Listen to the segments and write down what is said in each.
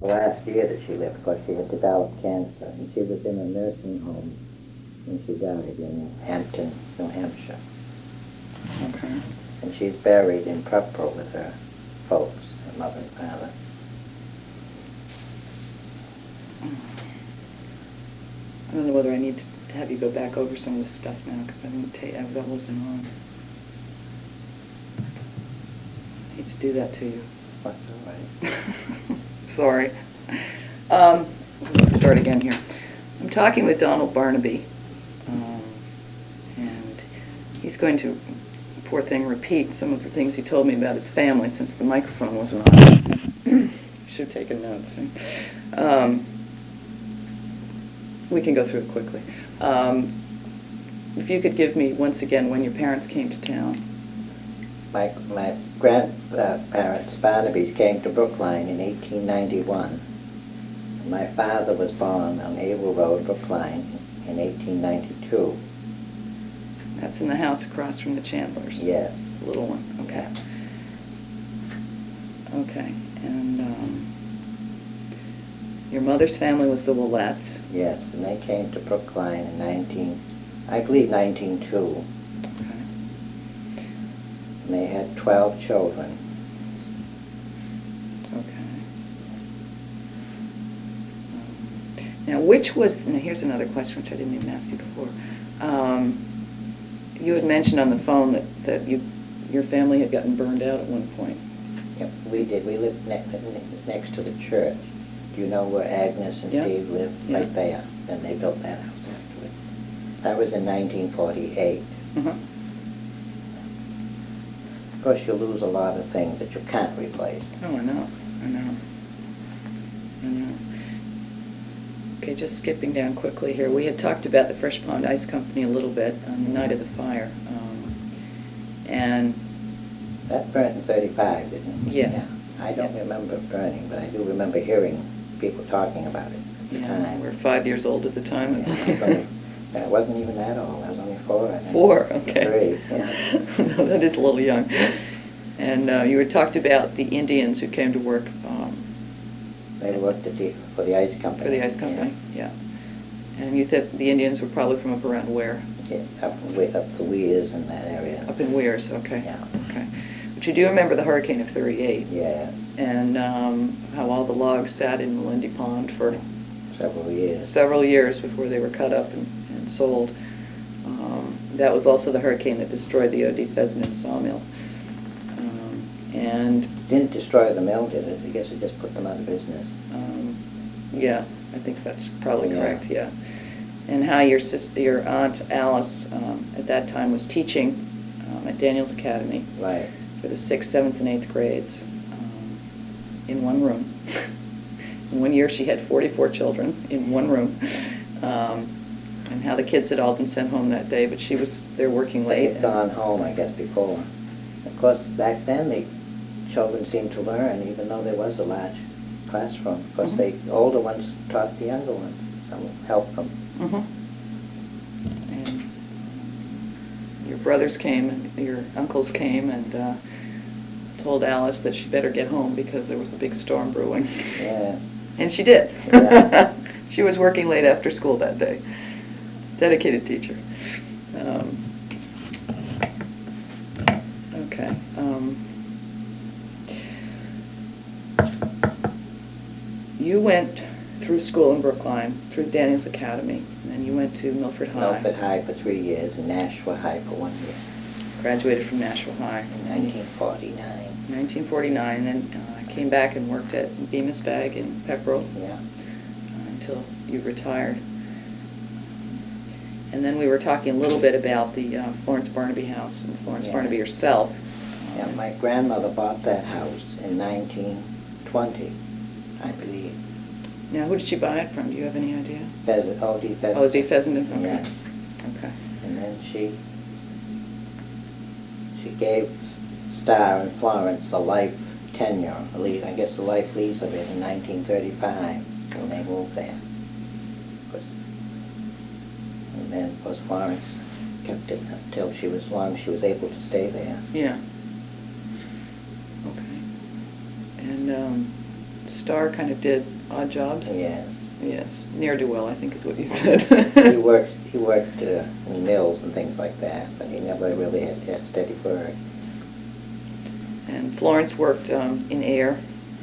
last year that she lived, because she had developed cancer, and she was in a nursing home when she died in Hampton, New Hampshire. Okay. And she's buried in Pepperell with her folks, her mother and father. I don't know whether I need to have you go back over some of this stuff now, because I didn't take, I- that wasn't on. I Hate to do that to you. What's her name? Sorry. Um, Let's start again here. I'm talking with Donald Barnaby, um, and he's going to, poor thing, repeat some of the things he told me about his family since the microphone wasn't on. Should have taken notes. Um, We can go through it quickly. Um, If you could give me, once again, when your parents came to town. My, my grandparents, Barnaby's, came to Brookline in 1891. My father was born on Able Road, Brookline, in 1892. That's in the house across from the Chandlers. Yes. The Little one, okay. Okay, and um, your mother's family was the Willettes. Yes, and they came to Brookline in 19, I believe 192. Okay. And they had 12 children. Okay. Um, Now, which was, now here's another question which I didn't even ask you before. Um, You had mentioned on the phone that, that you, your family had gotten burned out at one point. Yep, we did. We lived ne- ne- next to the church. Do you know where Agnes and Yeah. Steve lived? Yeah. Right there. And they built that house afterwards. That was in 1948. Uh-huh. Of course, you lose a lot of things that you can't replace. Oh, I know, I know, I know. Okay, just skipping down quickly here, we had talked about the Fresh Pond Ice Company a little bit on the night of the fire. um, And, That burnt in 35, didn't it? Yes. Yeah. I don't Yeah. remember it burning, but I do remember hearing people talking about it at the yeah, we were time. five years old at the time. Yeah, but I wasn't even that old, I was only four, I think. Four, okay. Three, yeah. No, That is a little young. And uh, you had talked about the Indians who came to work um, They worked at the, for the ice company. for the ice company, yeah. And you said the Indians were probably from up around where? Yeah, Yeah, up, we- up the weirs in that area. Up in Weirs, okay. Yeah. Okay. But you do remember the hurricane of 38? Yes, And um, how all the logs sat in Lindy Pond for several years. several years before they were cut up and and sold. Um, That was also the hurricane that destroyed the O.D. Pheasant Sawmill. Um, And, Didn't destroy the mill, did it? I guess it just put them out of business. um, yeah, I think that's probably Yeah. correct, yeah. And how your sister, your aunt Alice, um, at that time was teaching um, at Daniels Academy. Right. for the sixth, seventh, and eighth grades um, in one room. In one year, she had 44 children in one room. Um, And how the kids had all been sent home that day, but she was there working They late. had gone home, I guess, before. Of course, back then, the children seemed to learn, even though there was a large classroom. Because the Mhm. older ones taught the younger ones, some helped them. Mhm. And Your brothers came, and your uncles came, and uh, told Alice that she better get home because there was a big storm brewing. Yes. And she did. Yeah. she was working late after school that day. Dedicated teacher. Um, okay. Um, you went through school in Brookline, through Daniels Academy, and then you went to Milford High. Milford High for three years and Nashua High for one year, Graduated from Nashville High. in 1949. 1949, and uh, came back and worked at Bemis Bag in Pepperell. uh, Yeah. until you retired. And then we were talking a little bit about the uh, Florence Barnaby House and Florence Yes. Barnaby herself. Yeah, my grandmother bought that house in 1920, I believe. Now, who did she buy it from? Do you have any idea? Pheasant, O.D. Pheasant. Oh, D. Fessenden, okay. Yes. Okay. And then she, she gave Star and Florence a life tenure, a lea- I guess a life lease of it in 1935, when they moved there. But- And then, of course, Florence kept it until she was, long as she was able to stay there. Yeah. Okay. And um, Starr kind of did odd jobs? Yes. Yes, ne'er-do-well, I think is what you said. He works, he worked uh, in mills and things like that, but he never really had had steady work. And Florence worked um, in air,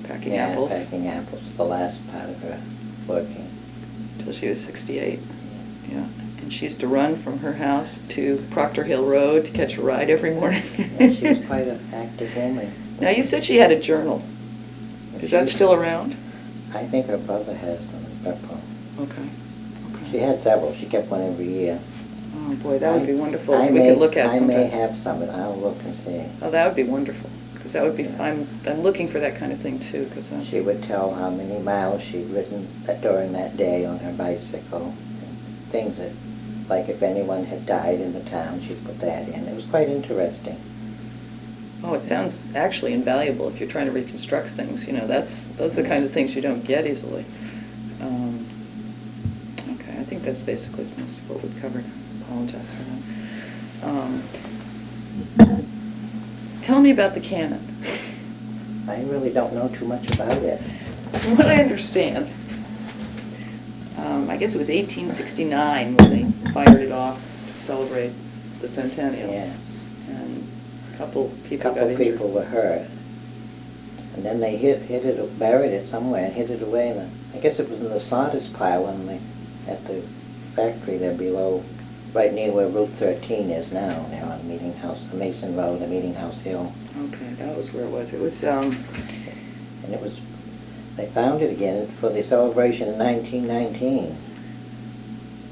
packing Yeah, apples, Packing apples, was the last part of her working. until she was 68. Yeah, and she used to run from her house to Proctor Hill Road to catch a ride every morning. And she was quite an active woman. Now, you said she had a journal. Is that She- still around? I think her brother has them in Beppo. Okay. She Okay. had several, she kept one every year. Oh, boy, that would be I- wonderful. I if We may- could look at I some. may have some, and I'll look and see. Oh, that would be wonderful, because that would be, Yeah. I'm, I'm looking for that kind of thing too, because that's. She would tell how many miles she'd ridden that- during that day on her bicycle, and things that, like if anyone had died in the town, she'd put that in. It was quite interesting. Oh, it sounds actually invaluable if you're trying to reconstruct things, you know, that's, those are the kind of things you don't get easily. Um, Okay, I think that's basically most of what we've covered, apologize for that. Um, Tell me about the cannon. I really don't know too much about it. From what I understand, um, I guess it was 1869 when they fired it off to celebrate the centennial. Yes. And a couple A people got couple injured. people were hurt. And then they hid, hid it, buried it somewhere and hid it away in the, I guess it was in the sawdust pile in the, at the factory there below, right near where Route thirteen is now, there on Meeting House, Mason Road and Meeting House Hill. Okay, that was where it was. It was, um, And it was, they found it again for the celebration in nineteen nineteen.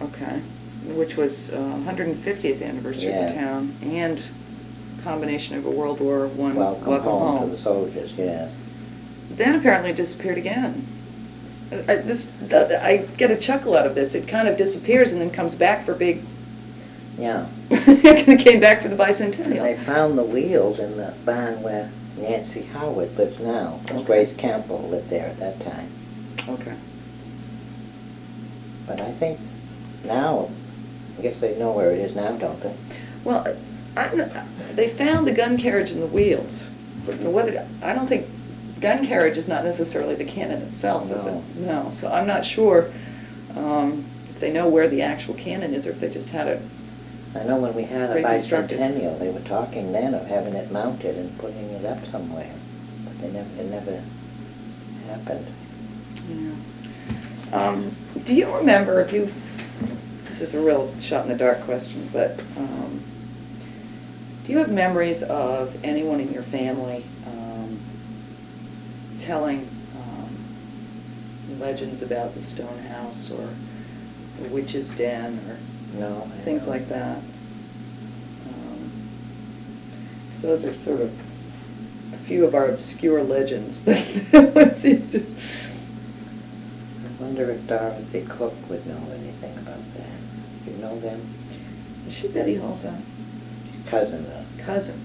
okay, which was uh, 150th anniversary of Yeah. the town and combination of a World War One welcome Welcome home to the home. soldiers, yes. Then apparently it disappeared again. I- I, this, th- I get a chuckle out of this. It kind of disappears and then comes back for big, Yeah. it came back for the And They bicentennial. found the wheels in the barn where Nancy Howard lives now, 'cause Grace Campbell lived there at that time. Okay. But I think now, I guess they know where it is now, don't they? Well, I, I'm not- they found the gun carriage and the wheels. But what, it- I don't think, gun carriage is not necessarily the cannon itself, is No. it? No, so I'm not sure um, if they know where the actual cannon is, or if they just had it, I know when we had a Reconstructed. bicentennial, they were talking then of having it mounted and putting it up somewhere, but they never, it never happened. you know. Um, Do you remember, if you, this is a real shot-in-the-dark question, but um, do you have memories of anyone in your family um, telling um, legends about the stone house or the witch's den or No. I things don't. like that? Um, Those are sort of a few of our obscure legends. Let's see. I wonder if Dorothy Cook would know anything about that. You know them? Is she Betty Hall's aunt? Cousin of. Cousin,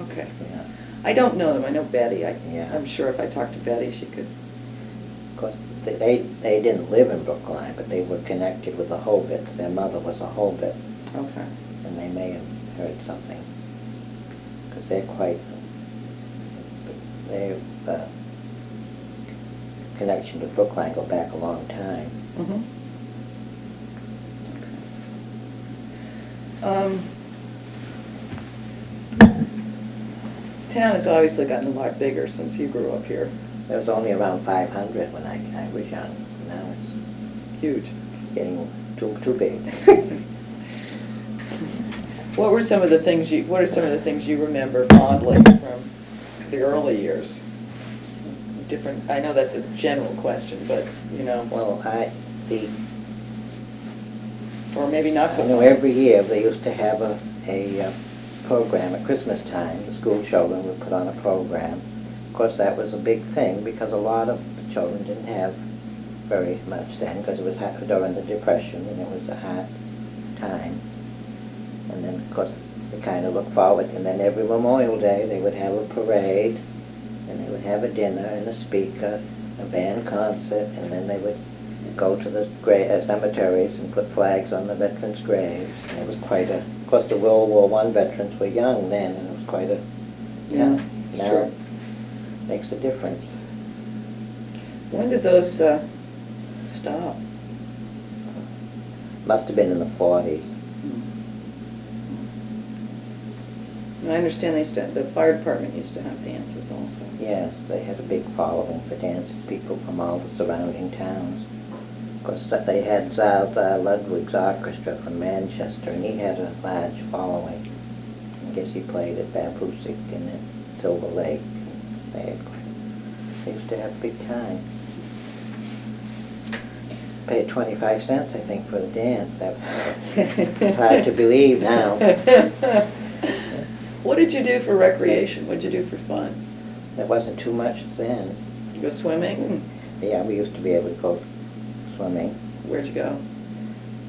okay. Yeah. I don't know them, I know Betty, I, Yeah. I'm sure if I talked to Betty, she could, Of course, they- they, they didn't live in Brookline, but they were connected with the Hobits. Their mother was a Hobit, okay. and they may have heard something. Because they're quite, their uh, connection to Brookline go back a long time. Mhm. Um, Town has obviously gotten a lot bigger since you grew up here, There was only around 500 when I, I was young. Now huge. it's getting too, too big. What were some of the things you, what are some of the things you remember fondly from the early years? Different, I know that's a general question, but, you know, Well, I, the or maybe not so. I know every year they used to have a, a uh, program at Christmas time, the school children would put on a program. Of course, that was a big thing because a lot of the children didn't have very much then because it was ha- during the Depression and it was a hard time. And then, of course, they kind of looked forward. And then every Memorial Day, they would have a parade and they would have a dinner and a speaker, a band concert, and then they would go to the gra- uh, cemeteries and put flags on the veterans' graves. And it was quite a, of course, the World War One veterans were young then, and it was quite a, Yeah, it's now true. makes a difference. When did those uh, stop? Must have been in the forties. And I understand they used to, the fire department used to have dances also. Yes, they had a big following for dances, people from all the surrounding towns. Of course, that they had South uh, Ludwig's orchestra from Manchester, and he had a large following. I guess he played at Babusick and at Silver Lake. They had, they used to have big time. Paid twenty-five cents, I think, for the dance. That It's hard to believe now. What did you do for recreation? What did you do for fun? There wasn't too much then. You Go swimming? Yeah, we used to be able to go swimming. Where'd you go?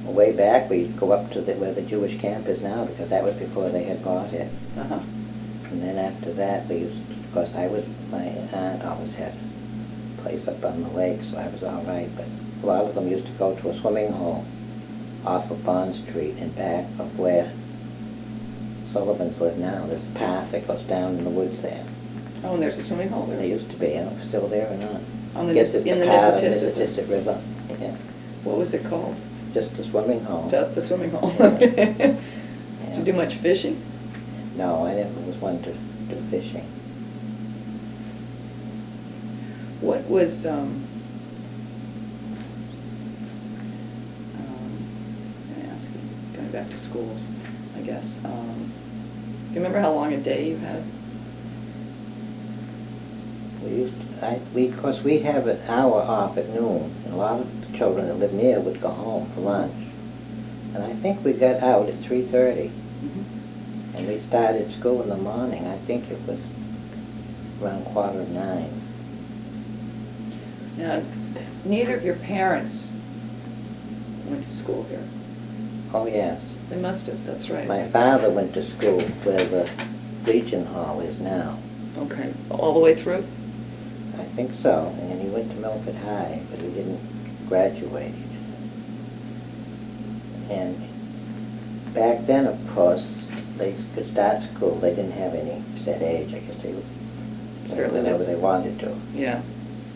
Way back, we'd go up to the, where the Jewish camp is now, because that was before they had bought it. Uh-huh. And then after that, we used, of course, I was, my aunt always had a place up on the lake, so I was all right, but a lot of them used to go to a swimming hole off of Bond Street and back of where Sullivan's live now. There's a path that goes down in the woods there. Oh, and there's a swimming hole there? They used to be, I don't know if it's still there or not. On the Guess Nis- it's in the part of Nissitissit. Nissitissit River, yeah, What was it called? just a swimming hole. Just the swimming hole? Oh. Yeah. Did you do much fishing? No, I never was one to do fishing. What was, um, um, I'm gonna ask you, going back to schools, I guess, um, do you remember how long a day you had? We used, I, we, of course, we have an hour off at noon, and a lot of the children that live near would go home for lunch. And I think we got out at three thirty, and we started school in the morning, I think it was around quarter of nine. Now, neither of your parents went to school here. Oh, yes. They must have, that's right. My father went to school where the Legion Hall is now. Okay, all the way through? I think so, and he went to Milford High, but he didn't graduate. And back then, of course, they could start school, they didn't have any set age, I guess they Sure, would, that whenever is- they wanted to. Yeah.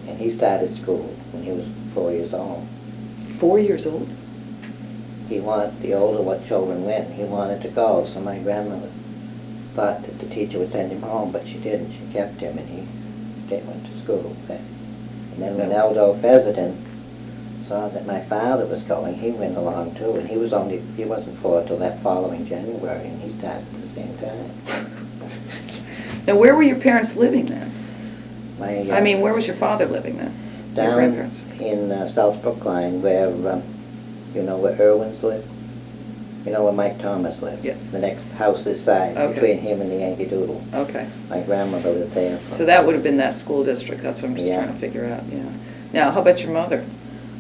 And he started school when he was four years old. Four years old? He wanted, the older what children went, and he wanted to go, so my grandmother thought that the teacher would send him home, but she didn't, she kept him, and he stayed, went to school. And then when Aldo Fezzenden saw that my father was going, he went along too, and he was only, he wasn't four till that following January, and he started at the same time. Now, where were your parents living then? My, uh, I mean, where was your father living then? Your Down grandparents? in uh, South Brookline where, um, you know where Irwin's lived? You know where Mike Thomas lived? Yes. The next house this side, Okay. between him and the Yankee Doodle. Okay. My grandmother lived there. for- So that would have been that school district, that's what I'm just Yeah. trying to figure out, yeah. Now, how about your mother?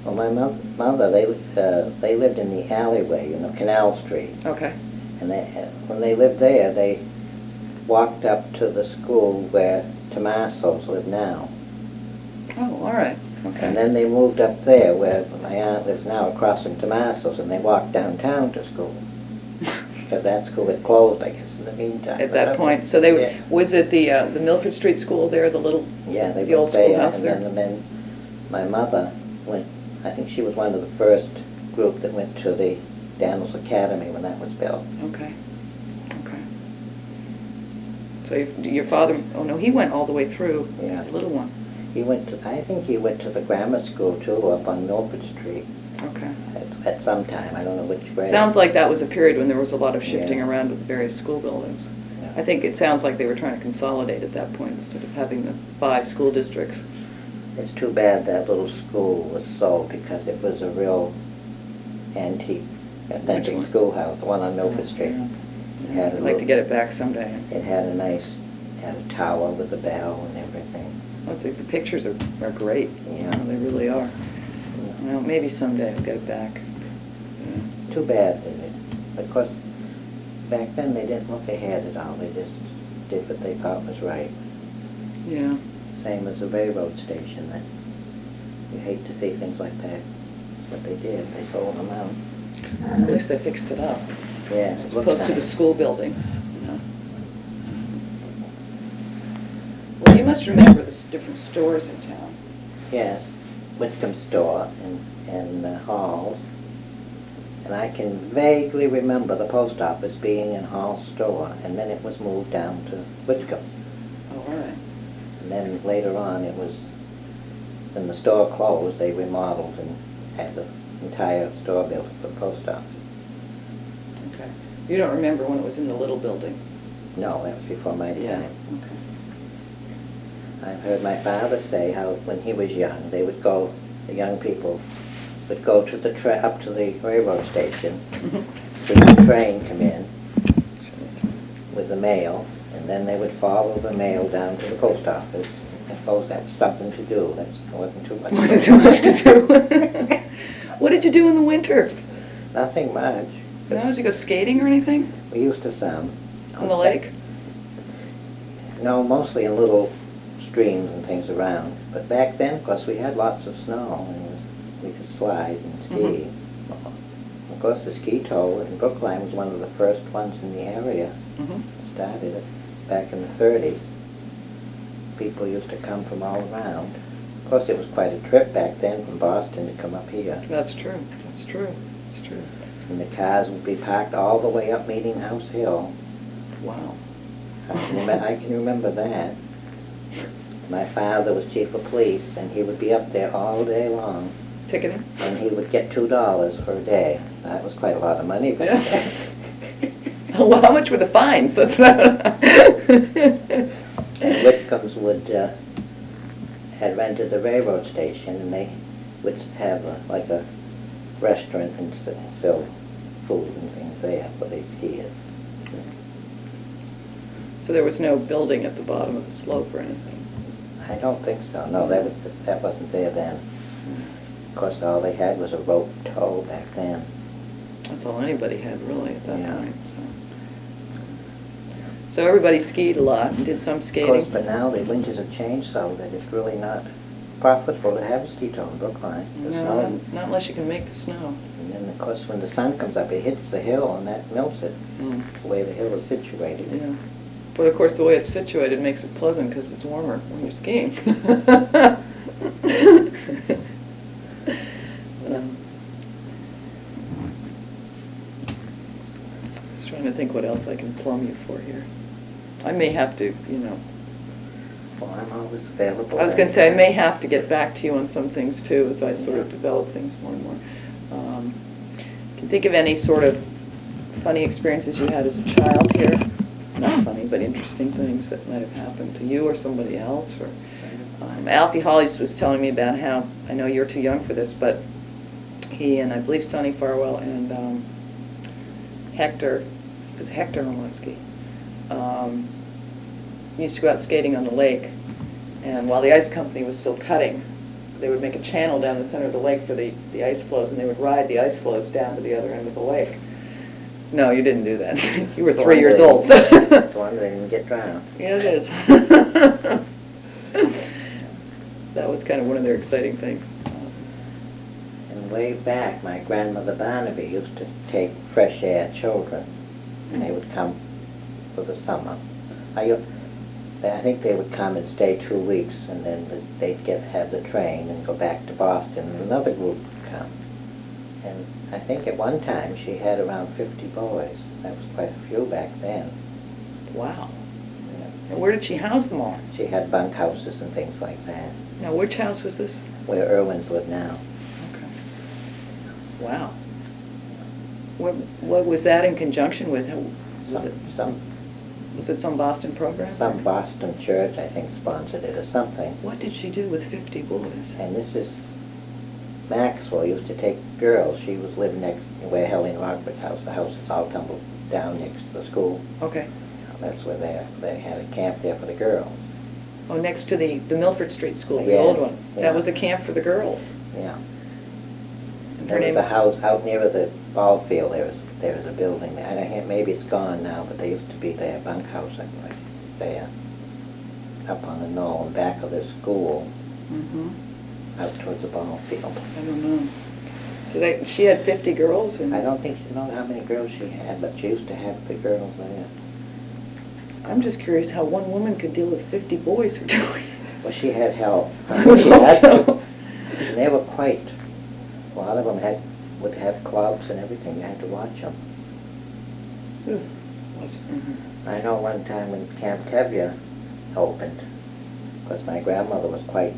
Well, my mo- mother, they, uh, they lived in the alleyway, you know, Canal Street. Okay, And they, uh, when they lived there, they walked up to the school where Tomaso's live now. oh, all right, okay. And then they moved up there where my aunt lives now, across from Tomaso's, and they walked downtown to school. Because that school had closed, I guess, in the meantime. At that point, so they, Yeah. were- was it the, uh, the Milford Street School there, the little, Yeah, they the were old there, schoolhouse and there? then, and then my mother went, I think she was one of the first group that went to the Daniels Academy when that was built. Okay, okay. So your- your father, oh no, he went all the way through, Yeah. the little one, He went to, I think he went to the grammar school too, up on Milford Street okay. at, at some time, I don't know which grade. Sounds like that was a period when there was a lot of shifting Yeah. around with various school buildings. Yeah. I think it sounds like they were trying to consolidate at that point instead of having the five school districts. It's too bad that little school was sold because it was a real antique, Which authentic one? schoolhouse, the one on Milford Street. It Yeah, had a I'd like to little- get it back someday. It had a nice, had a tower with a bell and everything. I think the pictures are, are great. Yeah. They really are. Yeah. Well, maybe someday I'll get it back. It's too bad that it, of course, back then they didn't look ahead at all, they just did what they thought was right. Yeah. Same as the railroad station, that, you hate to see things like that, but they did, they sold them out. At least they fixed it up. Yes, it As looked opposed to the nice. school building. you know. Well, you must remember the s- different stores in town. Yes, Whitcomb store and, and uh, Halls. And I can vaguely remember the post office being in Hall's store, and then it was moved down to Whitcomb. Oh, all right. And then later on, it was, when the store closed, they remodeled and had the entire store built for the post office. Okay. You don't remember when it was in the little building? No, that was before my time. Yeah. I've heard my father say how when he was young, they would go, the young people would go to the tra- up to the railroad station, Okay. see the train come in with the mail, and then they would follow the mail down to the post office. I suppose that was something to do. That wasn't too much. Wasn't too much to do. What did you do in the winter? Nothing much. No, did you go skating or anything? We used to some. On the lake? No, mostly in little streams and things around. But back then, of course, we had lots of snow and we could slide and ski. Mm-hmm. Of course, the ski tow in Brookline was one of the first ones in the area. Mhm. Started it back in the thirties. People used to come from all around. Of course, it was quite a trip back then from Boston to come up here. That's true, that's true, that's true. And the cars would be parked all the way up Meeting House Hill. Wow. I can, remem- I can remember that. My father was chief of police, and he would be up there all day long, Ticketing? and he would get two dollars for a day. That was quite a lot of money back Yeah. then. Well, how much were the fines? That's And about. Whitcombs would, uh, had rented the railroad station, and they would have a- like a restaurant and s- sell food and things there for these skiers. So there was no building at the bottom of the slope or anything? I don't think so, no, that was, that wasn't there then. Of course, all they had was a rope tow back then. That's all anybody had really at that Yeah. point, so. So everybody skied a lot and did some Of course, skating? but now the winters have changed so that it's really not profitable to have a ski tow in Brookline. There's No, no- not- not unless you can make the snow. And then, of course, when the sun comes up, it hits the hill and that melts it, Mm. the way the hill is situated. Yeah, but of course, the way it's situated makes it pleasant because it's warmer when you're skiing. Um, Just trying to think what else I can plumb you for here. I may have to, you know, Well, I'm always available. I was gonna say, I may anytime. have to get back to you on some things too, as I sort of Yeah. develop things more and more. Um, Can you think of any sort of funny experiences you had as a child here? Not funny, but interesting things that might have happened to you or somebody else, or, um, Alfie Hollies was telling me about how, I know you're too young for this, but he and I believe Sonny Farwell and, um, Hector, it was Hector Omlowski, um, used to go out skating on the lake, and while the ice company was still cutting, they would make a channel down the center of the lake for the, the ice floes, and they would ride the ice floes down to the other end of the lake. No, you didn't do that. You were So three I'm years waiting- old. So I'm ready to get drowned. Yeah, it is. That was kind of one of their exciting things. And way back, my grandmother Barnaby used to take fresh air children, and they would come for the summer. I, u- they- I think they would come and stay two weeks, and then th- they'd get, have the train and go back to Boston, and another group would come. And I think at one time, she had around fifty boys. That was quite a few back then. Wow. Yeah. And where did she house them all? She had bunkhouses and things like that, Now, which house was this? where Irwins live now. Okay. Wow. What, what was that in conjunction with? How- Some, Was it, some was it some Boston program? Some Boston church, I think, sponsored it or something. What did she do with 50 boys? And this is Maxwell used to take girls. She was living next where Helen Rockford's house. The house is all tumbled down next to the school. Okay. That's where they they had a camp there for the girls. Oh, next to the, the Milford Street School, the Yes, old one. yeah. That was a camp for the girls. Yeah. And her There was name a was- house out near the ball field. There was there was a building there. I don't know, maybe it's gone now, but they used to be there bunkhouse I think, there up on the knoll in back of the school Mhm. out towards the ball field. I don't know. So they, she had 50 girls and... I don't think she know how many girls she had, but she used to have the girls there. I'm just curious how one woman could deal with 50 boys for two weeks. Well, she had help. I would She hope had so. quite, a lot of them had, would have clubs and everything, you had to watch them. mm-hmm. I know one time when Camp Tevya opened, because my grandmother was quite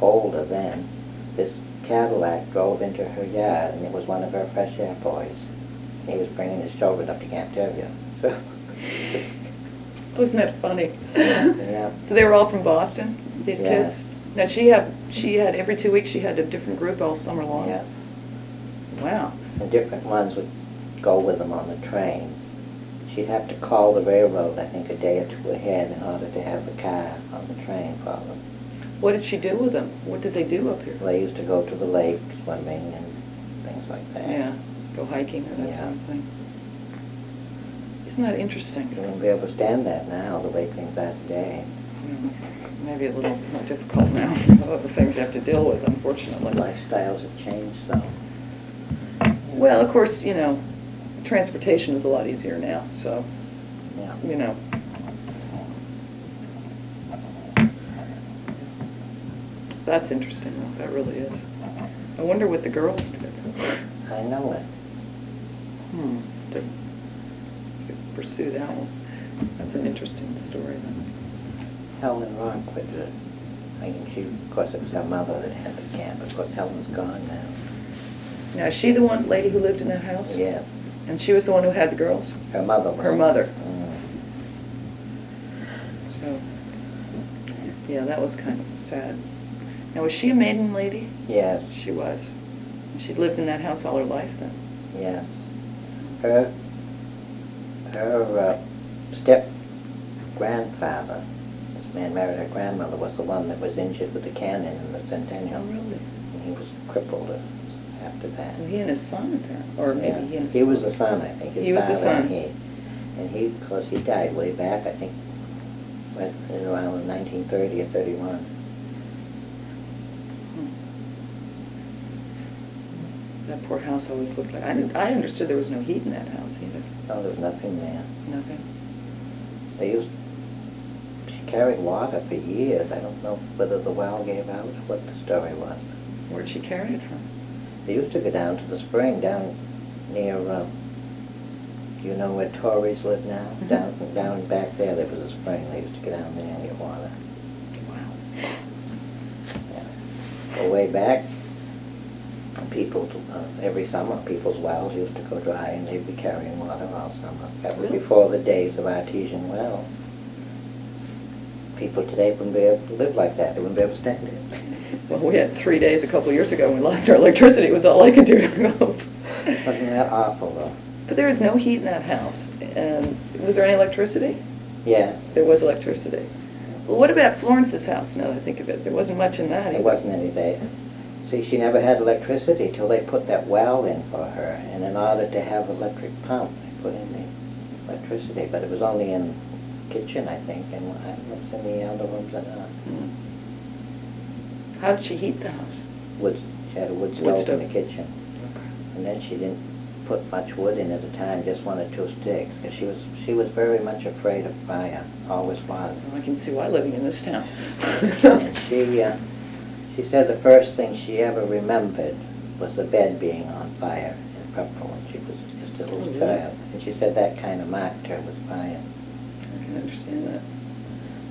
older then, this Cadillac drove into her yard, and it was one of her fresh air boys. He was bringing his children up to Camp Tevya, so. Wasn't that funny? Yeah. So they were all from Boston, these Yeah. kids? Now, she had, she had, every two weeks, she had a different group all summer long? Yeah. Wow. The different ones would go with them on the train. She'd have to call the railroad, I think, a day or two ahead in order to have the car on the train for them. What did she do with them? What did they do up here? They used to go to the lake swimming and things like that. Yeah, go hiking or that Yeah. sort of thing. Isn't that interesting? You wouldn't be able to stand that now, the way things are today. Mm, Maybe a little more difficult now, all the things you have to deal with, unfortunately. Lifestyles have changed, so. Well, of course, you know, transportation is a lot easier now, so, Yeah. you know. That's interesting, though, that really is. I wonder what the girls did. I know it. Hmm, to pursue that one. That's an interesting story, then. Helen Ron quit it. I think she, of course, it was her mother that had the camp. Of course, Helen's gone now. Now, is she the one, lady who lived in that house? Yes. And she was the one who had the girls? Her mother was. Her mother. Mm. So, yeah, that was kind of sad. Now, was she a maiden lady? Yes. She was. And She'd lived in that house all her life then? Yes. Her, her uh, step grandfather, this man married her grandmother, was the one that was injured with the cannon in the Centennial. Oh, really? And he was crippled after that. Well, he and his son, apparently, or Yeah. maybe he and his... He was the son, I think. his He was the father and son. he- And he, of course, he died way back, I think, went in around 1930 or 31. Hmm. That poor house always looked like, I didn't- I understood there was no heat in that house either. No, there was Oh, nothing there. Nothing? They used, she carried water for years. I don't know whether the well gave out or what the story was. Where'd she carry it from? They used to go down to the spring down near, um, you know where Tories live now? Mhm. Down, down back there, there was a spring. They used to go down there and get water. Wow. Yeah. Well, way back, people, uh, every summer, people's wells used to go dry and they'd be carrying water all summer. That was Really? before the days of artesian well. People today wouldn't be able to live like that, they wouldn't be able to stand it. Well, we had three days a couple of years ago, and we lost our electricity, It was all I could do to go. Wasn't that awful though? But there was no heat in that house, and was there any electricity? Yes. There was electricity. Well, what about Florence's house, now that I think of it? There wasn't much in that. It either. wasn't any day. See, she never had electricity till they put that well in for her, and in order to have electric pump, they put in the electricity, but it was only in kitchen, I think, and I was in the other rooms and, uh, Hmm. How did she heat the house? wood, she had a wood Wood stove in the stove. kitchen. And then she didn't put much wood in at a time, just one or two sticks, because she was, she was very much afraid of fire, always was. Well, I can see why living in this town. And she, uh, she said the first thing she ever remembered was the bed being on fire in Pepperell when she was just a Oh, little really? child. And she said that kind of marked her with fire. I can understand that.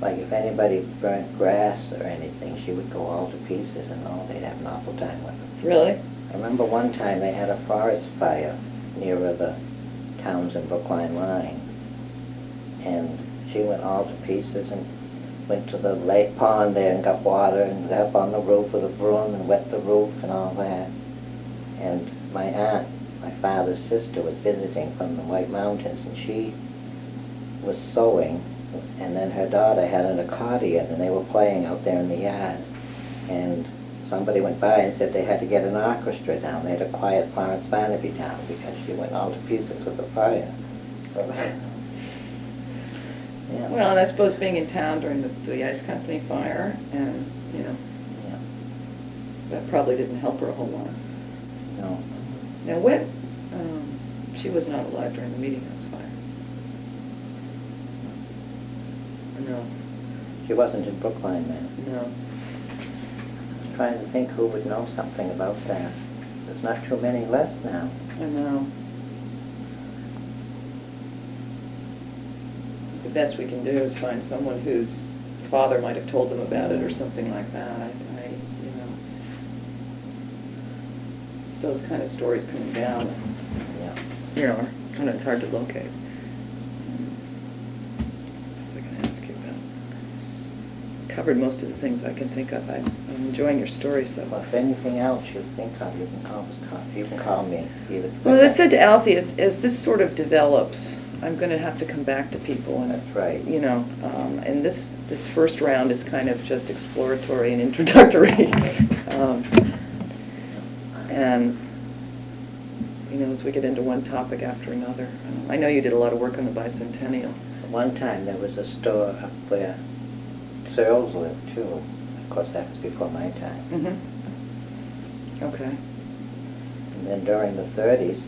Like if anybody burnt grass or anything, she would go all to pieces and all, they'd have an awful time with it. Really? I remember one time they had a forest fire nearer the Townsend Brookline line. And she went all to pieces and went to the lake pond there and got water and got up on the roof with a broom and wet the roof and all that. And my aunt, my father's sister, was visiting from the White Mountains and she was sewing, and then her daughter had an accordion, and they were playing out there in the yard. And somebody went by and said they had to get an orchestra down, they had to quiet Florence Barnaby down, because she went all to pieces with the fire, so. Yeah. Well, and I suppose being in town during the, the ice company fire, and, you know, Yeah. that probably didn't help her a whole lot. No. Now, when, um, she was not alive during the meeting house fire. No, She wasn't in Brookline then. no. trying to think who would know something about that. There's not too many left now. I know. The best we can do is find someone whose father might have told them about it or something like that. I, I, you know, it's those kind of stories coming down, Yeah. you know, are kind of hard to locate. That's what I was gonna ask you about. Covered most of the things I can think of. I- I'm enjoying your stories though. Well, if anything else you think of, you can call, you can call me. either- Well, as I said to Alfie, as, as this sort of develops, I'm going to have to come back to people and. That's right. You know, um, and this, this first round is kind of just exploratory and introductory. Um, Uh, And, you know, as we get into one topic after another. Um, I know you did a lot of work on the bicentennial. At One time, there was a store up where Searles lived too. Of course, that was before my time. Mm-hmm. Mm-hmm. Okay. And then during the thirties,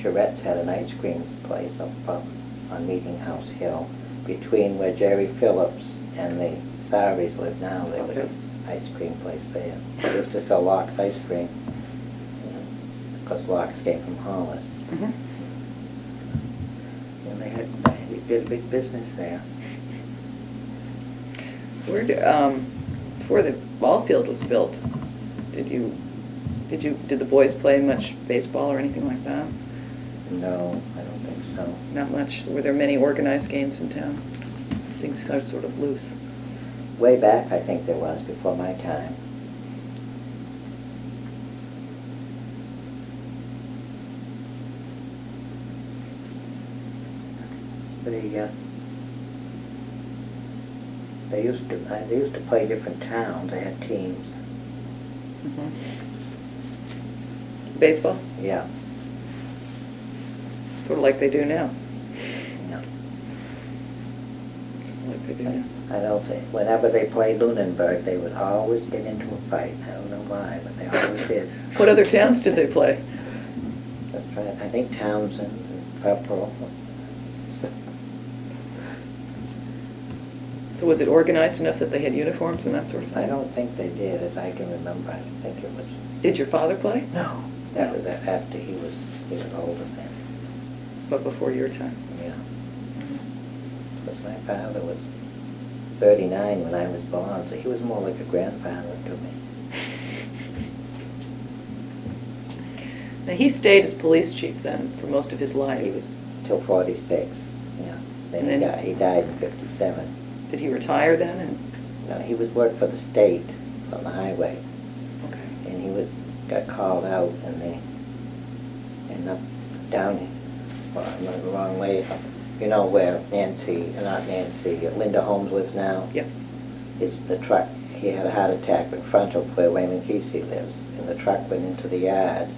Charette's had an ice cream place up up on Meeting House Hill between where Jerry Phillips and the Sowries live now. There was Okay. an ice cream place there. They used to sell Locke's ice cream. Because Locke's came from Hollis. Mhm. And they had, they did a big business there. Where, do- um, before the ball field was built, did you, did you, did the boys play much baseball or anything like that? No, I don't think so. Not much. Were there many organized games in town? Things are sort of loose. Way back, I think there was, before my time. The, uh, they used to, uh, they used to play different towns, they had teams, Mm-hmm. Baseball, yeah. sort of like they do now. yeah. Sort of Like they do now. I don't think, whenever they played Lunenburg, they would always get into a fight, I don't know why, but they always did. What other towns did they play? That's right, I think Townsend, and Pepperell. So was it organized enough that they had uniforms and that sort of thing? I don't think they did, as I can remember, I think it was, Did your father play? no, that was a- after he was, he was older then, But before your time? yeah. Because my father was thirty-nine when I was born, so he was more like a grandfather to me. Now, he stayed as police chief then for most of his life. He was till forty-six, yeah. Then he And then- died, he died in fifty-seven. Did he retire then? And- No, he was worked for the state on the highway, Okay. and he was, got called out, and they, and up, down, well, I'm going the wrong way, up, you know where Nancy, not Nancy, Linda Holmes lives now? Yep. It's the truck, he had a heart attack in front of where Raymond Kesey lives, and the truck went into the yard.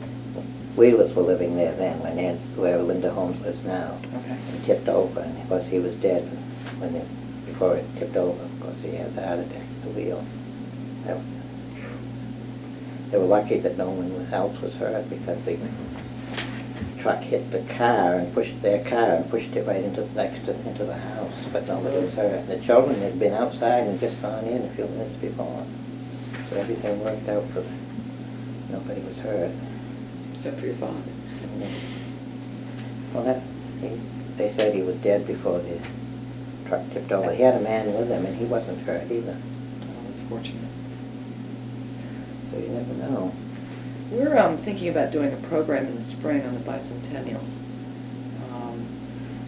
Wheelers were living there then, where Nancy, where Linda Holmes lives now. Okay. It tipped over, and of course, he was dead when it, before it tipped over. Of course, he had the heart attack at the wheel. That- They were lucky that no one was- else was hurt because the truck hit the car and pushed their car and pushed it right into, next to, into the house, but nobody was hurt. The children had been outside and just gone in a few minutes before, so everything worked out for them. Nobody was hurt. Except for your father. Oh, Well, that, he- they said he was dead before the truck tipped over. He had a man with him, and he wasn't hurt either, Oh, that's fortunate. so you never know. We're um, thinking about doing a program in the spring on the bicentennial. Um,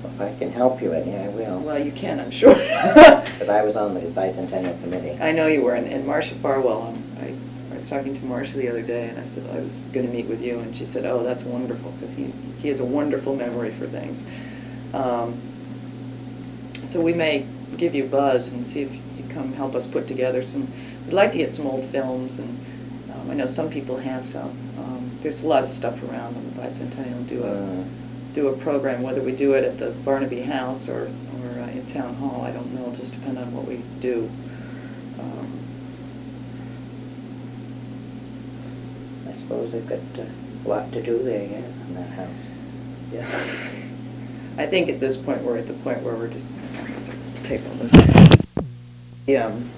If I can help you any, I will. Well, you can, I'm sure. But I was on the bicentennial committee. I know you were, and- and Marcia Farwell, um, I I was talking to Marcia the other day, and I said, I was going to meet with you, and she said, oh, that's wonderful, because he, he has a wonderful memory for things. Um, So we may give you a buzz and see if you come help us put together some, we'd like to get some old films, and um, I know some people have some. Um, There's a lot of stuff around on the bicentennial, do a, Mm. do a program, whether we do it at the Barnaby House or, or uh, in Town Hall, I don't know, it'll just depend on what we do. Um, I suppose they've got uh, a lot to do there, yeah, in that house. Yeah. I think at this point, we're at the point where we're just, take all this. The, um,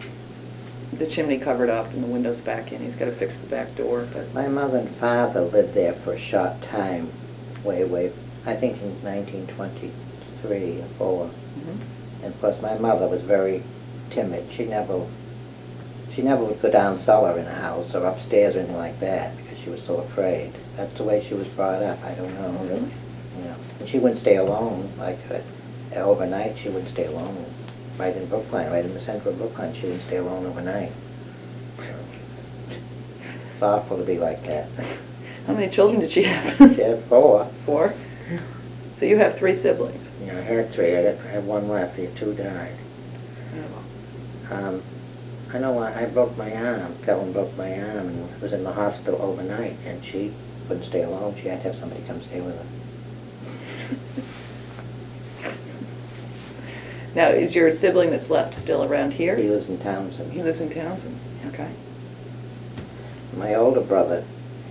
the chimney covered up and the windows back in. He's got to fix the back door, but My mother and father lived there for a short time, way, way, I think in 1923 or 4. Mhm. And of course, my mother was very timid. She never, she never would go down cellar in a house or upstairs or anything like that because she was so afraid. That's the way she was brought up. I don't know. Mhm. You know, and she wouldn't stay alone. Like uh, overnight, she wouldn't stay alone. Right in Brookline, right in the center of Brookline, she wouldn't stay alone overnight. It's awful to be like that. how many children did she have? She had four. Four? So you have three siblings? You know, I had three. I had- I had one left. The two died. Oh, Um, I know I, I broke my arm, fell and broke my arm, and was in the hospital overnight, and she couldn't stay alone. She had to have somebody come stay with her. Now, is your sibling that's left still around here? He lives in Townsend. He lives in Townsend, okay. My older brother,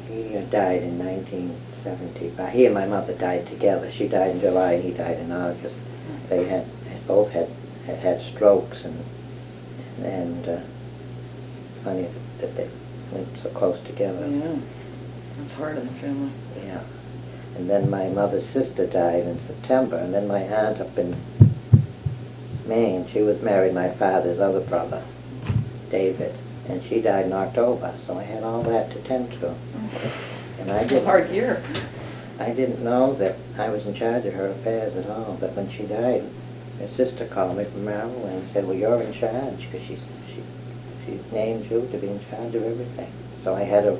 he uh, died in 1970. But he and my mother died together. She died in July, and he died in August. They had they both had had, had strokes, and and uh, funny that they went so close together. Yeah, that's hard on the family. Yeah. And then my mother's sister died in September, and then my aunt up in Maine, she was married my father's other brother, David, and she died in October, so I had all that to tend to. And I It's a didn't, hard year. I didn't know that I was in charge of her affairs at all, but when she died, her sister called me from Maryland and said, well, you're in charge, because she, she, she named you to be in charge of everything. So I had to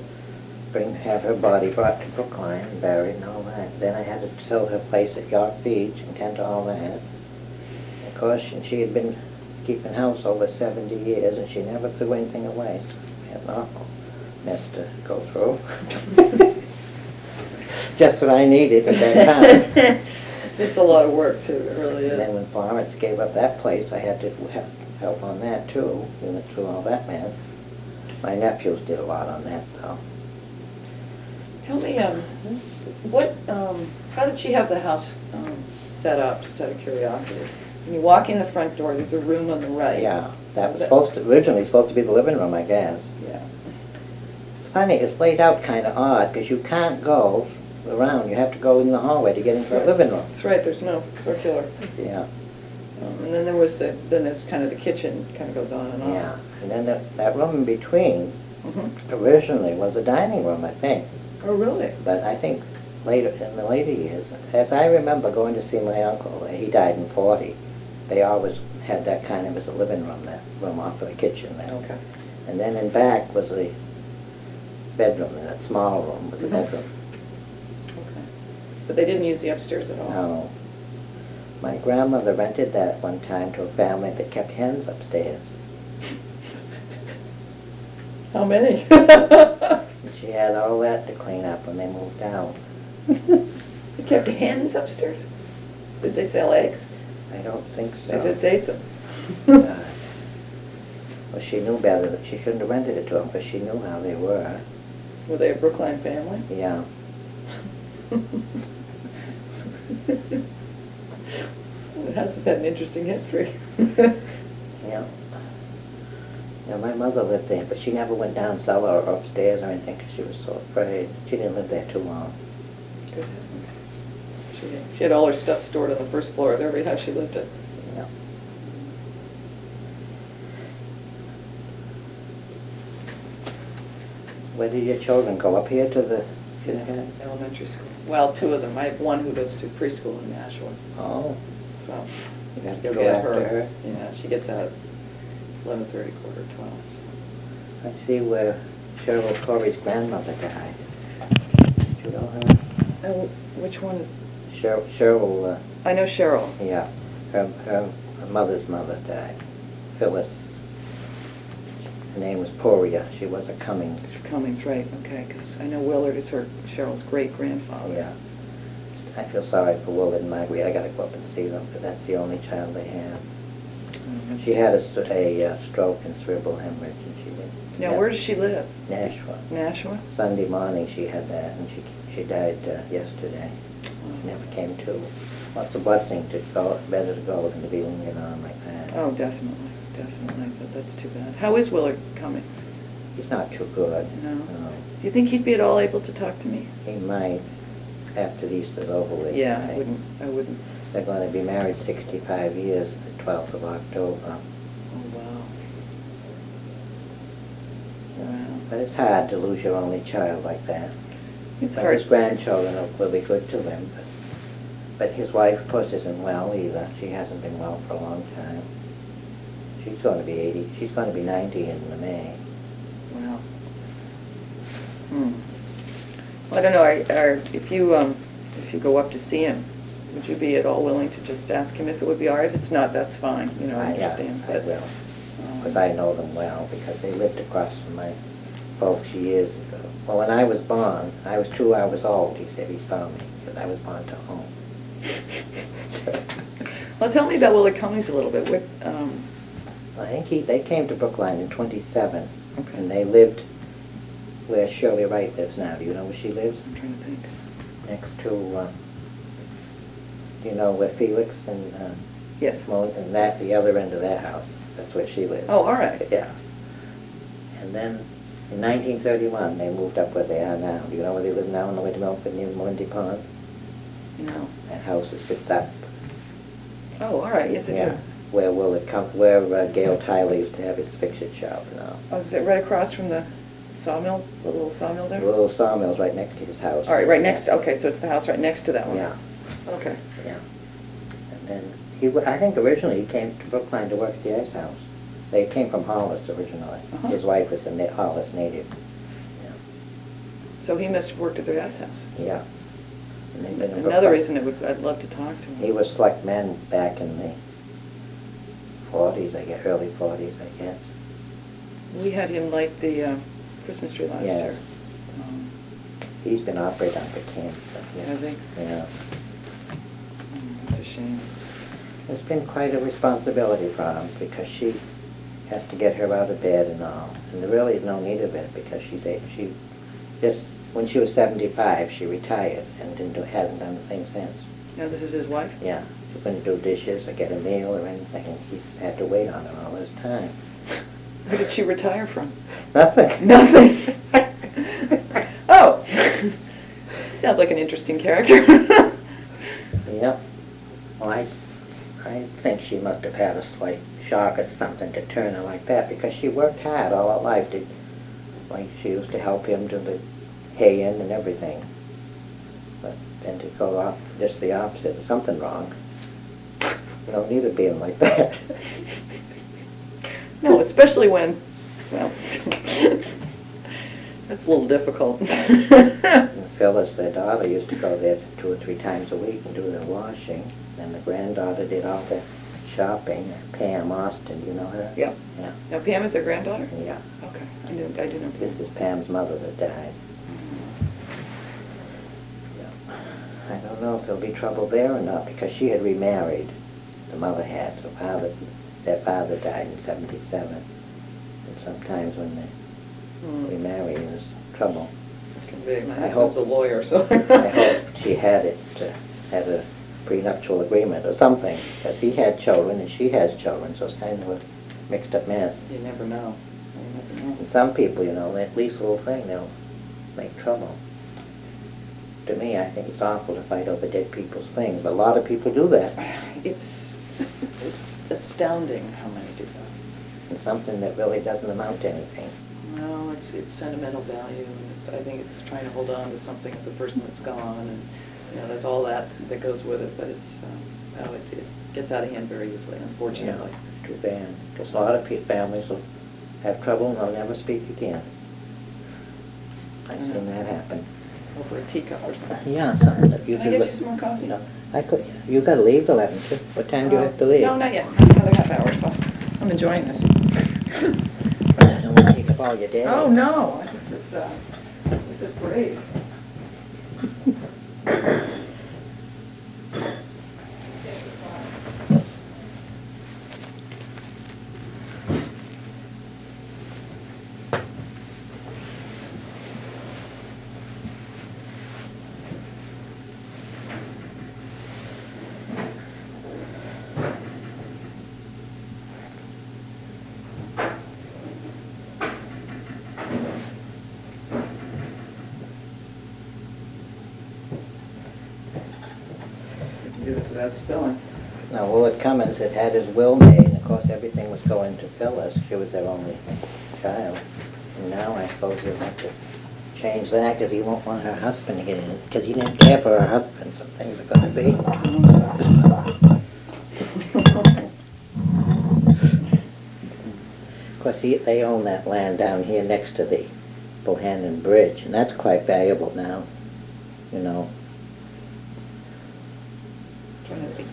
bring, have her body brought to Brookline and buried and all that. Then I had to sell her place at York Beach and tend to all that. Of course, and she had been keeping house over seventy years, and she never threw anything away. I had an awful mess to go through. Just what I needed at that time. It's a lot of work too, it really And then is. when Florence gave up that place, I had to he- help on that too, we went through all that mess. My nephews did a lot on that, though. Tell me, um, what, um, how did she have the house, um, set up, just out of curiosity? When you walk in the front door, there's a room on the right. Yeah, that was supposed, to originally supposed to be the living room, I guess. Yeah. It's funny, it's laid out kinda odd, 'cause you can't go around, you have to go in the hallway to get into the living room. That's right, there's no circular. Yeah, Um, And then there was the, then there's kind of the kitchen, kind of goes on and on. yeah. And then that, that room in between Mhm. originally was the dining room, I think. Oh, really? But I think later, in the later years, as I remember going to see my uncle, he died in forty. They always had that kind of as a living room, that room off of the kitchen there. Okay. And then in back was the bedroom, and that small room was the Mhm. bedroom. Okay. But they didn't use the upstairs at all? Now, my grandmother rented that one time to a family that kept hens upstairs. How many? And she had all that to clean up when they moved out. They kept hens upstairs? Did they sell eggs? I don't think They so. just ate them? Uh, Well, she knew better that she shouldn't have rented it to them, because she knew how they were. Were they a Brookline family? Yeah. The house has had an interesting history. Yeah. Yeah, my mother lived there, but she never went down cellar or upstairs or anything because she was so afraid. She didn't live there too long. Good. She had- She had all her stuff stored on the first floor of every house she lived in. Yeah. Where did your children go? Up here to the kindergarten? Elementary school. Well, two of them. I have one who goes to preschool in Nashua, Oh, so. You have to you'll go get after her? Yeah, she gets out eleven thirty, quarter to twelve. I see where Cheryl Corey's grandmother died. Do you know her? Oh, which one? Cheryl, Cheryl, uh, I know Cheryl. Yeah, her, her, her mother's mother died, Phyllis. Her name was Poria, she was a Cummings. Cummings, right, okay, because I know Willard is her, Cheryl's great-grandfather. Yeah. I feel sorry for Willard and Marguerite, I gotta go up and see them, because that's the only child they have. Mm, that's- She had a, st- a uh, stroke and cerebral hemorrhage, and she did. Now, where does she live? Nashua. Nashua? Sunday morning she had that, and she, she died uh, yesterday. She Never came to. Well, it's a blessing to go, better to go than to be lingering on like that. Oh, definitely, definitely, but that's too bad. How is Willard Cummings? He's not too good. No? Do you think he'd be at all able to talk to me? He might, after the Easter's over with. Yeah, I right? wouldn't, I wouldn't. They're gonna be married sixty-five years, the twelfth of October. Oh, wow. Wow. But it's hard to lose your only child like that. It's But hard. His grandchildren will be good to him, but, but his wife, of course, isn't well either. She hasn't been well for a long time. She's gonna be eighty, she's gonna be ninety in the May. Wow. Hmm. Hmm. Well, I don't know, are, are, if you, um, if you go up to see him, would you be at all willing to just ask him if it would be all right? If it's not, that's fine, you know, I yeah, understand. I but, will, um, because I know them well, because they lived across from my folks years ago. Well, when I was born, I was two hours old, he said he saw me, because I was born to home. Well, tell me about Willard Cummings a little bit. What, um, I think he, they came to Brookline in twenty-seven, Okay. and they lived where Shirley Wright lives now. Do you know where she lives? I'm trying to think. Next to, uh, you know, where Felix and, uh, Yes. Mo- and that, the other end of their house. That's where she lives. Oh, all right. Yeah. And then in nineteen thirty-one, they moved up where they are now. Do you know where they live now, in the Winter Milford, near Melindy Pond? No. That house that sits up. Oh, all right, yes, I Yeah. do. Where will it come, where uh, Gail Tyler used to have his fixture shop now. Oh, is it right across from the sawmill, the little sawmill there? The little sawmill's right next to his house. All right, right next, okay, so it's the house right next to that one? Yeah, Okay. yeah. And then, he, wa- I think originally he came to Brookline to work at the ice house. They came from Hollis originally. Uh-huh. His wife was a Na- Hollis native. Yeah. So he must have worked at the ice house. Yeah. And they've been in Another Brookline. reason it would, I'd love to talk to him. He was selectman back in the forties, I guess, early forties, I guess. We had him light the uh, Christmas tree last Yes. year. Um, He's been operating on the cancer. Has he? Yeah. mm, It's a shame. It's been quite a responsibility for him because she has to get her out of bed and all. And there really is no need of it because she's a, she just when she was 75 she retired and didn't do, hasn't done the thing since. Now, this is his wife? Yeah, she couldn't do dishes or get a meal or anything. And he's had to wait on her all this time. Where did she retire from? Nothing. Nothing. Oh. Sounds like an interesting character. Yep. Well, I, s- I think she must have had a slight shock or something to turn her like that because she worked hard all her life. Did like she used to help him do the hay in and everything. But then to go off just the opposite, there's something wrong. You don't need a being like that. No, especially when, well, that's a little difficult. And Phyllis, their daughter, used to go there two or three times a week and do the washing. And the granddaughter did all the shopping. Pam Austin, you know her? Yep. Yeah. Now Pam is their granddaughter? Yeah. Okay, I do, I do know. Pam. This is Pam's mother that died. I don't know if there'll be trouble there or not, because she had remarried. The mother had, the father, their father died in seventy-seven. And sometimes when they Hmm. remarry, there's trouble. My I hope- husband's a lawyer, so. I hope she had it, uh, had a prenuptial agreement or something, because he had children and she has children, so it's kind of a mixed up mess. You never know. You never know. And some people, you know, that least little thing, they'll make trouble. To me, I think it's awful to fight over dead people's things, but a lot of people do that. It's, it's astounding how many do that. It's something that really doesn't amount to anything. No, it's, it's sentimental value, and it's, I think it's trying to hold on to something of the person that's gone, and, you know, that's all that, that goes with it, but it's, um, oh, it, it gets out of hand very easily, unfortunately. Yeah, Too bad, because a lot of peo- families will have trouble and they'll never speak again. I've seen that happen. Over a teacup or something. Yeah, something that you Can could I get look- you some more coffee? Oh. No, I could, you gotta leave till eleven, too. What time do you have to leave? No, not yet, another half hour, so I'm enjoying this. I don't wanna take up all your day. Oh, no, this is, uh, this is great. without spilling. Now, Willard Cummins had had his will made, and of course, everything was going to Phyllis, she was their only child. And now I suppose you'll have to change that, because he won't want her husband to get in, because he didn't care for her husband, so things are gonna be. Of course, he- they own that land down here next to the Bohannon Bridge, and that's quite valuable now, you know. Trying to think.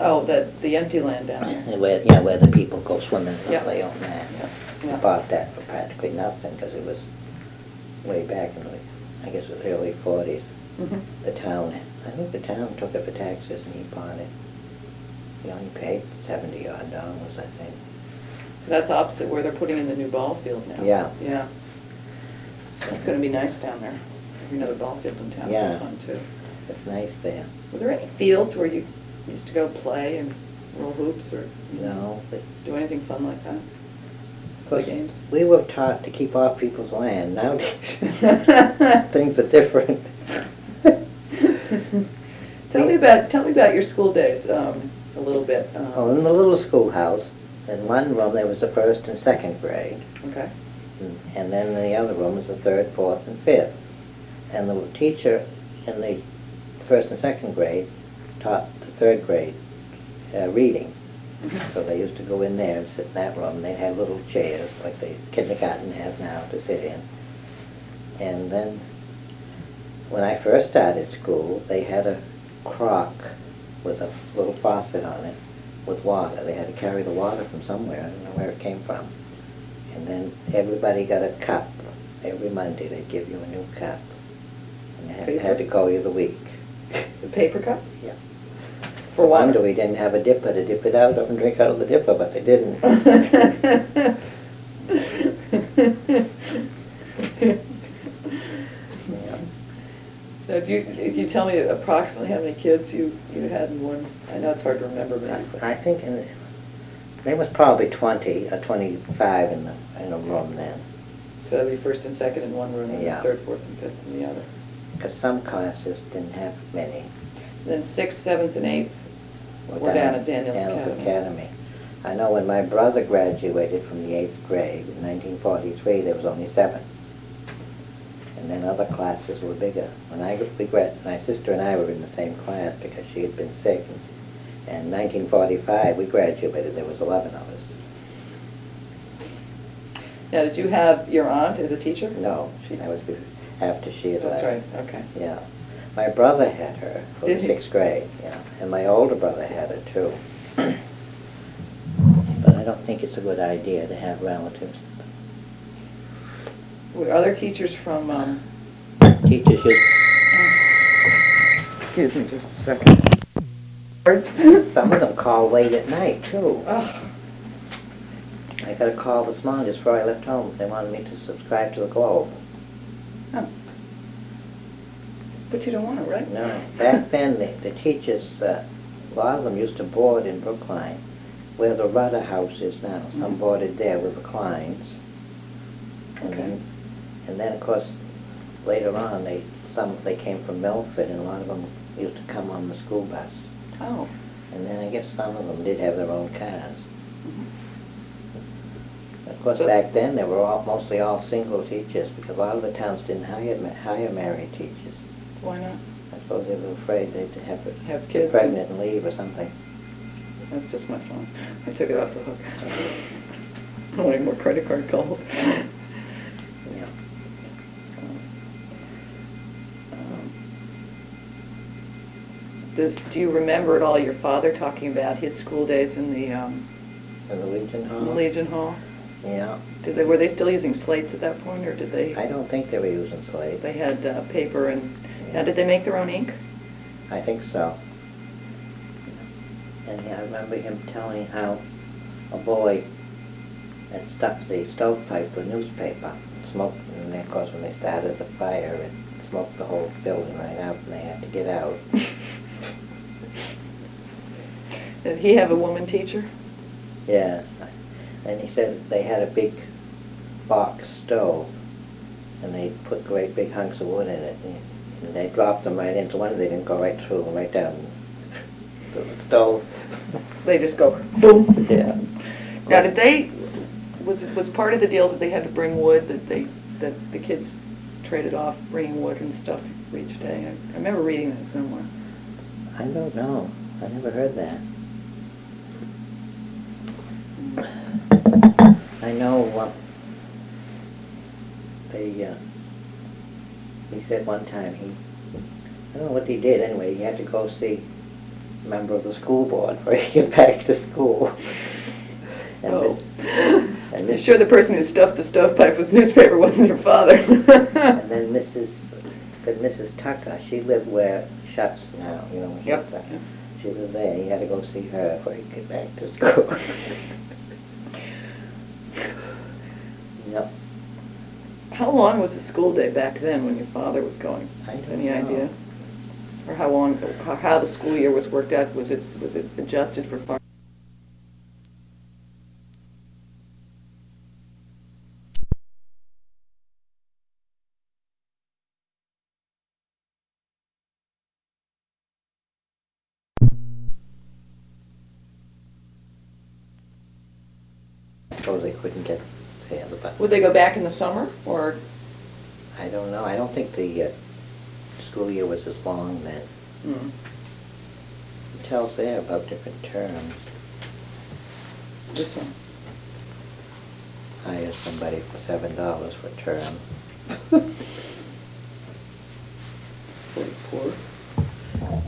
Oh, the, the empty land down there. Where, yeah, where the people go swimming, and Yeah. they own that. Yeah, I yeah. bought that for practically nothing, because it was way back in the, I guess it was early forties. Mhm. The town, I think the town took it for taxes and he bought it. He only paid seventy odd dollars, I think. So that's opposite where they're putting in the new ball field now. Yeah. Yeah. It's gonna be nice down there. Have Another ball field in town, Yeah. fun too. It's nice there. Were there any fields where you used to go play and roll hoops or, you know, No, but do anything fun like that? Play games? we were taught to keep off people's land. Nowadays, things are different. Tell me about, tell me about your school days, um, a little bit. um, Well, in the Oh, little schoolhouse, in one room, there was the first and second grade. Okay. And then the other room is the third, fourth, and fifth. And the teacher in the first and second grade taught the third grade uh, reading. So they used to go in there and sit in that room. They had little chairs like the kindergarten has now to sit in. And then when I first started school, they had a crock with a little faucet on it with water. They had to carry the water from somewhere. I don't know where it came from. And then everybody got a cup. Every Monday they'd give you a new cup. And they had- had to call you the week. The paper cup? Yeah. For For water. wonder we didn't have a dipper to dip it out of and drink out of the dipper, but they didn't. Yeah. So if you, if you tell me approximately how many kids you, you had in one, I know it's hard to remember, but. I think in, there was probably twenty or twenty-five in the, in the room then. So that'd be first and second in one room, and then Yeah. third, fourth, and fifth in the other. Because some classes didn't have many. Then sixth, seventh, and eighth were down at Daniel's Academy. I know when my brother graduated from the eighth grade in nineteen forty-three, there was only seven. And then other classes were bigger. When I, we grad, my sister and I were in the same class because she had been sick. And in nineteen forty-five, we graduated, there was eleven of us. Now, did you have your aunt as a teacher? No, she, that was bef- after she had left. That's right, okay. Yeah. My brother had her for Did the he? sixth grade, yeah. And my older brother had her too. But I don't think it's a good idea to have relatives. Were other teachers from, um, Teachers should, Excuse me just a second. boards? some of them call late at night too. Oh, I got a call this morning just before I left home. They wanted me to subscribe to the Globe. But you don't want to, right? No, back then, the, the teachers, uh, a lot of them used to board in Brookline, where the Rudder House is now. Some Mhm. boarded there with the Kleins. And Okay. then, and then, of course, later on, they, some, they came from Milford, and a lot of them used to come on the school bus. Oh. And then I guess some of them did have their own cars. Of course, So- back then, they were all, mostly all single teachers, because a lot of the towns didn't hire, ma- hire married teachers. Why not? I suppose they were afraid they'd have, Have be kids. pregnant and leave or something. That's just my phone. I took it off the hook. I don't want any more credit card calls. Yeah. Um, Does, do you remember at all your father talking about his school days in the um, The Legion Hall? Legion Hall? Yeah. Did they, were they still using slates at that point, or did they? I don't think they were using slate. They had uh, paper and, now did they make their own ink? I think so. And I remember him telling how a boy had stuck the stovepipe with newspaper, smoked, and then, of course, when they started the fire, it smoked the whole building right out, and they had to get out. Did he have a woman teacher? Yes. And he said they had a big box stove, and they put great big hunks of wood in it, and they dropped them right into one, they didn't go right through, right down. to the stove. They just go boom. Yeah. Now, did they, was, was part of the deal that they had to bring wood, that they, that the kids traded off bringing wood and stuff for each day? I I remember reading that somewhere. I don't know. I never heard that. I know what they, uh, he said one time he, I don't know what he did anyway, he had to go see a member of the school board where he get back to school. And Oh. Miss- and I'm Miss- sure the person who stuffed the stovepipe with newspaper wasn't your father. And then Mrs., said Mrs. Tucker, she lived where Shuts now, you know, where Yep. Shuts are. She lived there, he had to go see her before he could get back to school. Yep. How long was the school day back then when your father was going? I don't Any know. idea? Or how long, how- how the school year was worked out? Was it, was it adjusted for farm? I suppose they couldn't get the other, but. Would they go back in the summer, or, I don't know, I don't think the uh, school year was as long then. Hmm. It tells there about different terms. This one. Hire somebody for seven dollars for a term. Forty-four.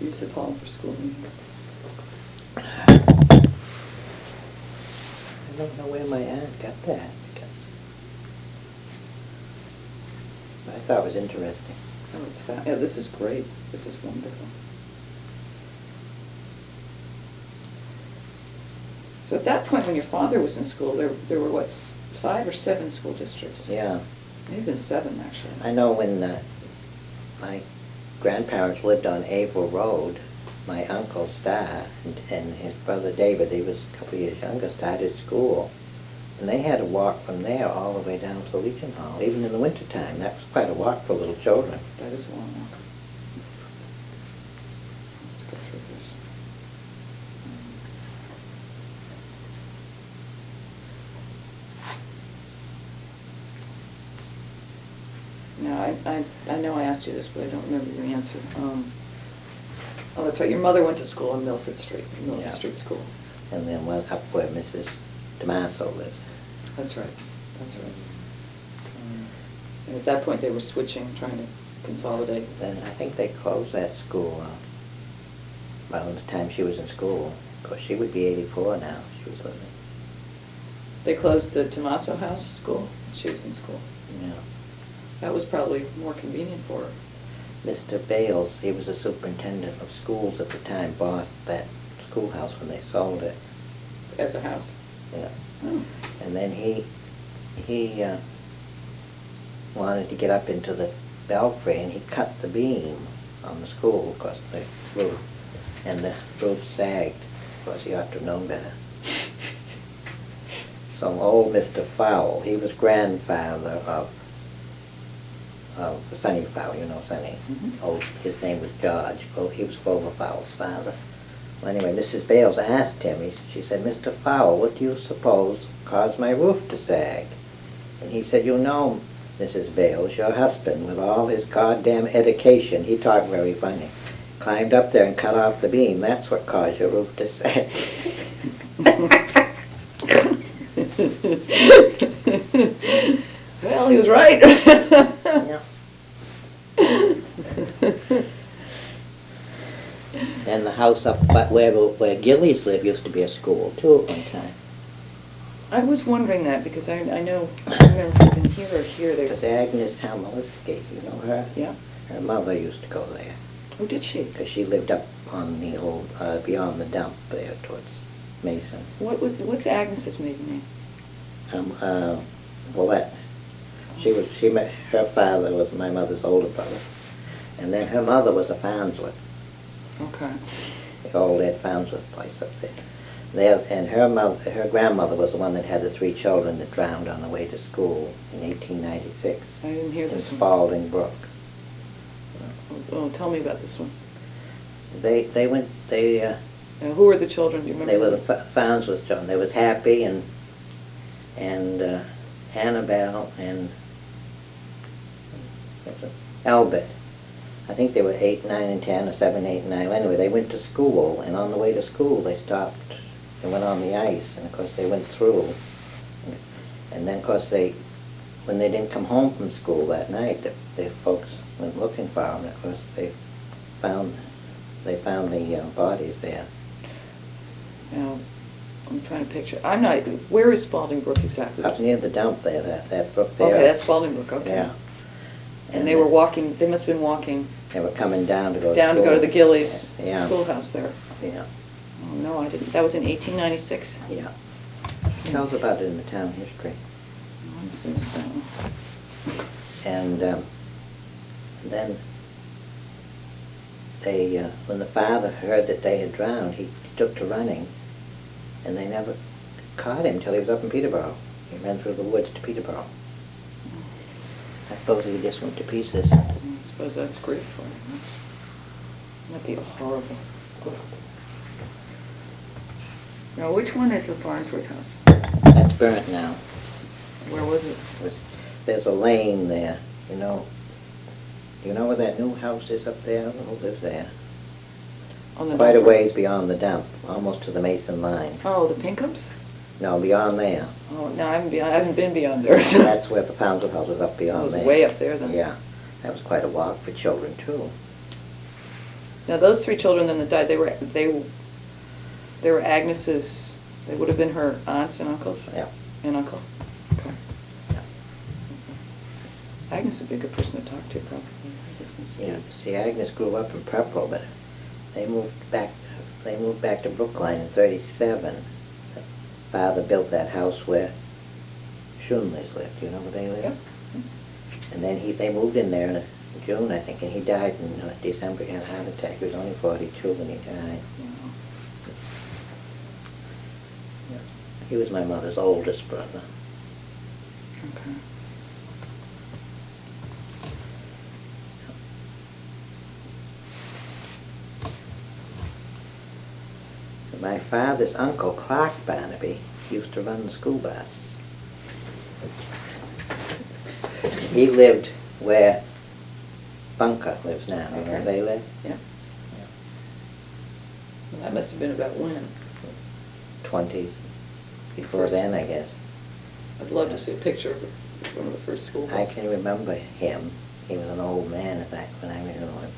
Use of hall for school meetings. I don't know where my aunt got that, because. But I thought it was interesting. Oh, it's fa, yeah, this is great. This is wonderful. So at that point, when your father was in school, there, there were what, s- five or seven school districts? Yeah. Maybe been seven, actually. I know when uh, my grandparents lived on April Road, my uncle Star and- and his brother David, he was a couple of years younger, started school. And they had to walk from there all the way down to Legion Hall, even in the wintertime. That was quite a walk for little children. That is a long one. Let's go through this. Now, I, I, I know I asked you this, but I don't remember your answer. Um, Oh, that's right, your mother went to school on Milford Street, Milford Yeah. Street School. And then went up where Mrs. Damaso lives. That's right, that's right. Um, And at that point, they were switching, trying to consolidate. Mm. Then I think they closed that school uh, around the time she was in school. Of course, she would be 84 now, if she was living. They closed the Tomaso House School. She was in school. Yeah. That was probably more convenient for her. Mr. Bales, he was the superintendent of schools at the time, bought that schoolhouse when they sold it. as a house. Yeah. Oh. And then he, he uh, wanted to get up into the belfry and he cut the beam on the school, of course, the roof. And the roof sagged. Of course, he ought to have known better. So old Mr. Fowl, he was grandfather of, of Sonny Fowl, you know Sonny. Mhm. Oh, his name was George, Well, he was Clover Fowl's father. Well, anyway, Mrs. Bales asked him, he, she said, Mr. Fowl, what do you suppose caused my roof to sag? And he said, you know, Mrs. Bales, your husband, with all his goddamn education, he talked very funny, climbed up there and cut off the beam, that's what caused your roof to sag. well, he was right. Yeah. And the house up by- where, where Gillies lived used to be a school too at one time. I was wondering that because I, I know, I don't remember if it was in here or here. It was There's, Agnes Hameliski, you know her? yeah. Her mother used to go there, Who "Oh, did she? because she lived up on the old, uh, beyond the dump there towards Mason. What was the, what's Agnes's maiden name? Um, uh, Willette. She was, she met, her father was my mother's older brother. And then her mother was a Farnsworth, Okay. the old Ed Farnsworth place up there. There, and her mother, her grandmother was the one that had the three children that drowned on the way to school in eighteen ninety-six. I didn't hear In this one. Spaulding Brook. Oh, tell me about this one. They, they went, they, uh, Now, who were the children? Do you remember? they were the F- Farnsworth children. They was Happy and, and uh, Annabelle and Albert. I think they were eight, nine, and 10, or seven, eight, and nine. Anyway, they went to school, and on the way to school, they stopped and went on the ice, and of course, they went through. And then, of course, they, when they didn't come home from school that night, the, the folks went looking for them, and of course, they found, they found the uh, bodies there. Now, I'm trying to picture. I'm not. Where is Spalding Brook exactly? Up near the dump there, that, that brook there. Okay, that's Spalding Brook. Okay. Yeah. And they were walking. They must have been walking They were coming down to go to down to go to the school. Gillies Yeah. schoolhouse there. Yeah, Oh, no, I didn't. That was in 1896. yeah. Tells about it in the town history. Oh, I must have missed that one. And um, then they, uh, when the father heard that they had drowned, he took to running, and they never caught him till he was up in Peterborough. He ran through the woods to Peterborough. I suppose he just went to pieces. I suppose that's grief for him. That's- That'd be a horrible. Mm-hmm. Now, which one is the Farnsworth House? That's burnt now. Where was it? was, there's a lane there, you know. You know where that new house is up there? Who lives there? On the Quite a dump? ways beyond the dump, almost to the Mason line. Oh, the Pinkhams? No, beyond there. Oh, no, I haven't been, I haven't been beyond there. so- That's where the Poundal House was, up It beyond was there. way up there then. Yeah. That was quite a walk for children, too. Now, those three children then that died, they were, they, they were Agnes's, they would have been her aunts and uncles? Yeah. And uncle? Okay. Yeah. Agnes would be a good person to talk to, probably. Agnes and Steve. Yeah. See, Agnes grew up in Prepo, but they moved back, they moved back to Brookline in thirty-seven. The Father built that house where Schumley's lived, you know where they lived? Yep. And then he, they moved in there in June, I think, and he died in uh, December, he had a heart attack, he was only forty-two when he died. Yeah. He was my mother's oldest brother. Okay. My father's uncle, Clark Barnaby, used to run the school bus. He lived where Bunker lives now, you know where they live? Yeah. And that must have been about when? Twenties, before then, I guess. I'd love to see a picture of one of the first school I buses. can remember him. He was an old man as I, when I knew him.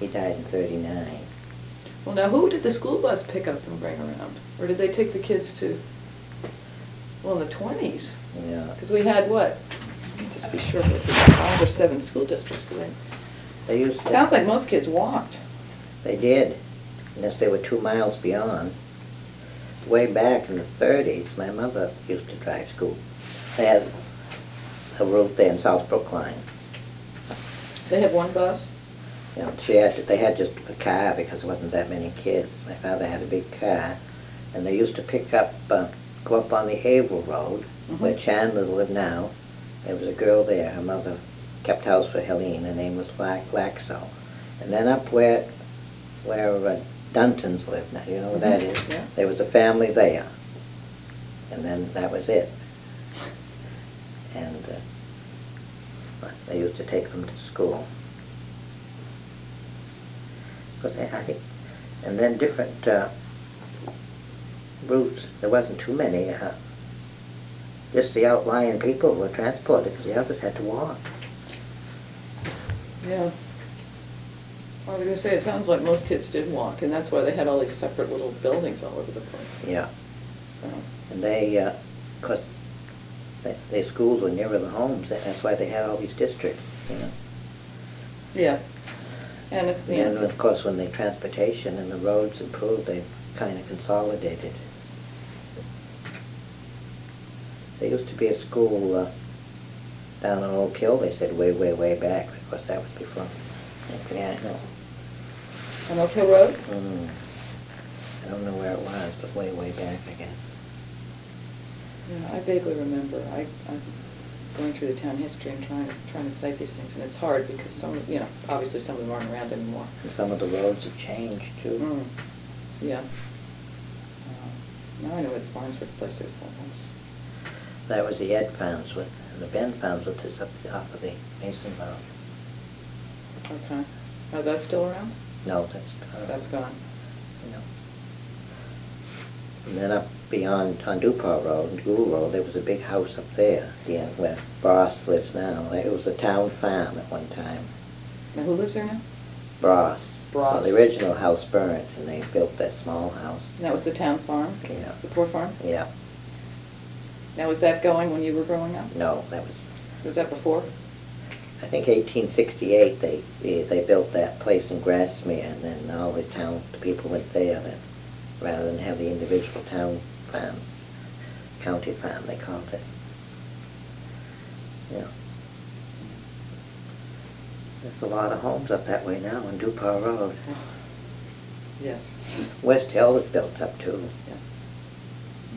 He died in thirty-nine. Well, now, who did the school bus pick up and bring around? Or did they take the kids to, well, in the twenties? Yeah. Because we had what? Just be sure, but we had five or seven school districts, so then, They used to. sounds like most kids walked. They did, unless they were two miles beyond. Way back in the thirties, my mother used to drive school. They had a route there in South Brookline. They had one bus? You know, she had, they had just a car because there wasn't that many kids. My father had a big car, and they used to pick up, uh, go up on the Able Road, where Mhm. Chandler's live now. There was a girl there, her mother kept house for Helene, her name was La- Laxo. And then up where, where uh, Dunton's live now, you know where that Mhm, is? yeah. There was a family there, and then that was it. And uh, they used to take them to school. But I I think, and then different uh, routes, there wasn't too many. uh, Just the outlying people were transported, because the others had to walk. Yeah. I was gonna say, it sounds like most kids did walk, and that's why they had all these separate little buildings all over the place. Yeah. So, And they, uh, of course, they- their schools were nearer the homes, tha- that's why they had all these districts, you know. Yeah. And it's, And yeah. then, of course, when the transportation and the roads improved, they kind of consolidated. There used to be a school uh, down on Oak Hill, they said, way, way, way back. Of course, that was before, yeah, I know. On Oak Hill Road? Mm. I don't know where it was, but way, way back, I guess. Yeah, I vaguely remember. I, I going through the town history and trying, trying to cite these things, and it's hard because some, you know, obviously some of them aren't around anymore. And Some of the roads have changed too. Mm, Yeah. Uh, Now I know where the Farnsworth place is, that one's, That was the Ed Founds with, the Ben Founds with is up off of the Mason Mound. okay. Is that still around? No, that's uh, gone. Oh, That's gone. No. And then up beyond on Dupont Road, and Gould Road, there was a big house up there, the end where Bross lives now. It was a town farm at one time, Now, who lives there now? Bross. Well, Bross. The original house burnt, and they built that small house. And that was the town farm? Yeah. The poor farm? Yeah, Now, was that going when you were growing up? no, that was, Was that before? I think eighteen sixty-eight, they, they- they built that place in Grassmere, and then all the town, the people went there, then, rather than have the individual town farms, county farm, they called it. Yeah. There's a lot of homes up that way now on Dupont Road. Yes. West Hill is built up too. Yeah.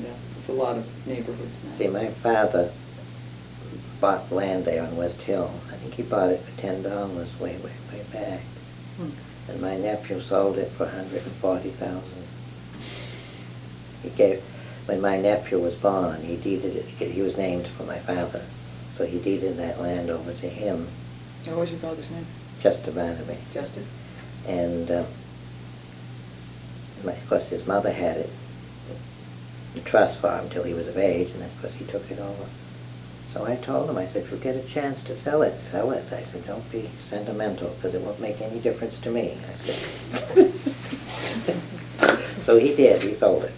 Yeah, there's a lot of neighborhoods now. See, my father bought land there on West Hill. I think he bought it for ten dollars way, way, way back. Hmm. And my nephew sold it for a hundred and forty thousand. He gave, when my nephew was born, he deeded it, he was named for my father. So he deeded that land over to him, What was your father's name? Chester Barnaby. Justin? And, uh, my- of course, his mother had it, the trust for him till he was of age, and then, of course, he took it over. So I told him, I said, if you get a chance to sell it, sell it. I said, don't be sentimental, because it won't make any difference to me, I said. So he did, he sold it.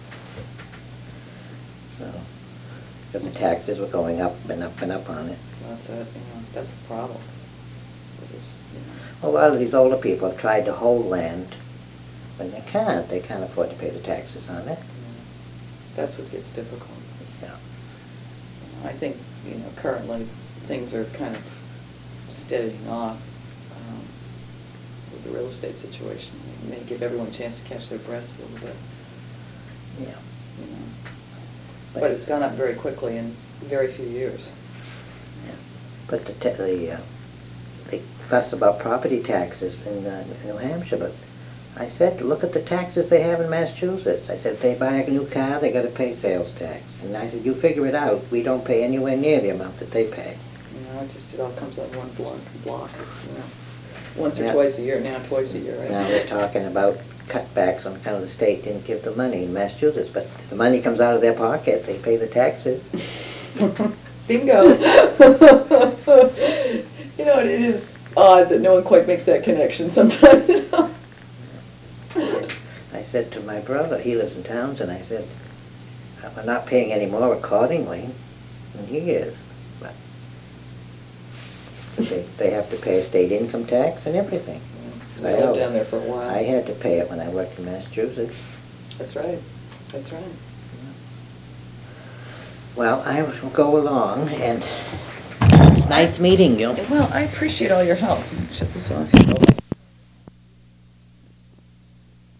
So, because the taxes were going up and up and up on it. That's a, you know, that's the problem. It is, you A know. lot of Oh, these older people have tried to hold land when they can't. They can't afford to pay the taxes on it. That's what gets difficult. Yeah. I think, you know, currently, things are kind of steadying off um, with the real estate situation. It may give everyone a chance to catch their breath a little bit, Yeah. you know. But it's gone up very quickly in very few years. Yeah. But the, ta- the, uh, they fuss about property taxes in uh, New Hampshire, but I said, look at the taxes they have in Massachusetts. I said, if they buy a new car, they gotta pay sales tax. And I said, you figure it out. We don't pay anywhere near the amount that they pay. You know, it just, it all comes up in one block, block, you know. Once or Yeah. twice a year, now twice a year, right? Now we're talking about cutbacks on how the state didn't give the money in Massachusetts, but the money comes out of their pocket, they pay the taxes. Bingo. you know, it is odd that no one quite makes that connection sometimes. you know. I said to my brother, he lives in Townsend, I said, we're not paying any more accordingly than he is, but they, they have to pay state income tax and everything. I lived down there for a while. I had to pay it when I worked in Massachusetts. That's right. That's right. Well, I will go along, and it's nice meeting you. Well, I appreciate all your help. Shut this off.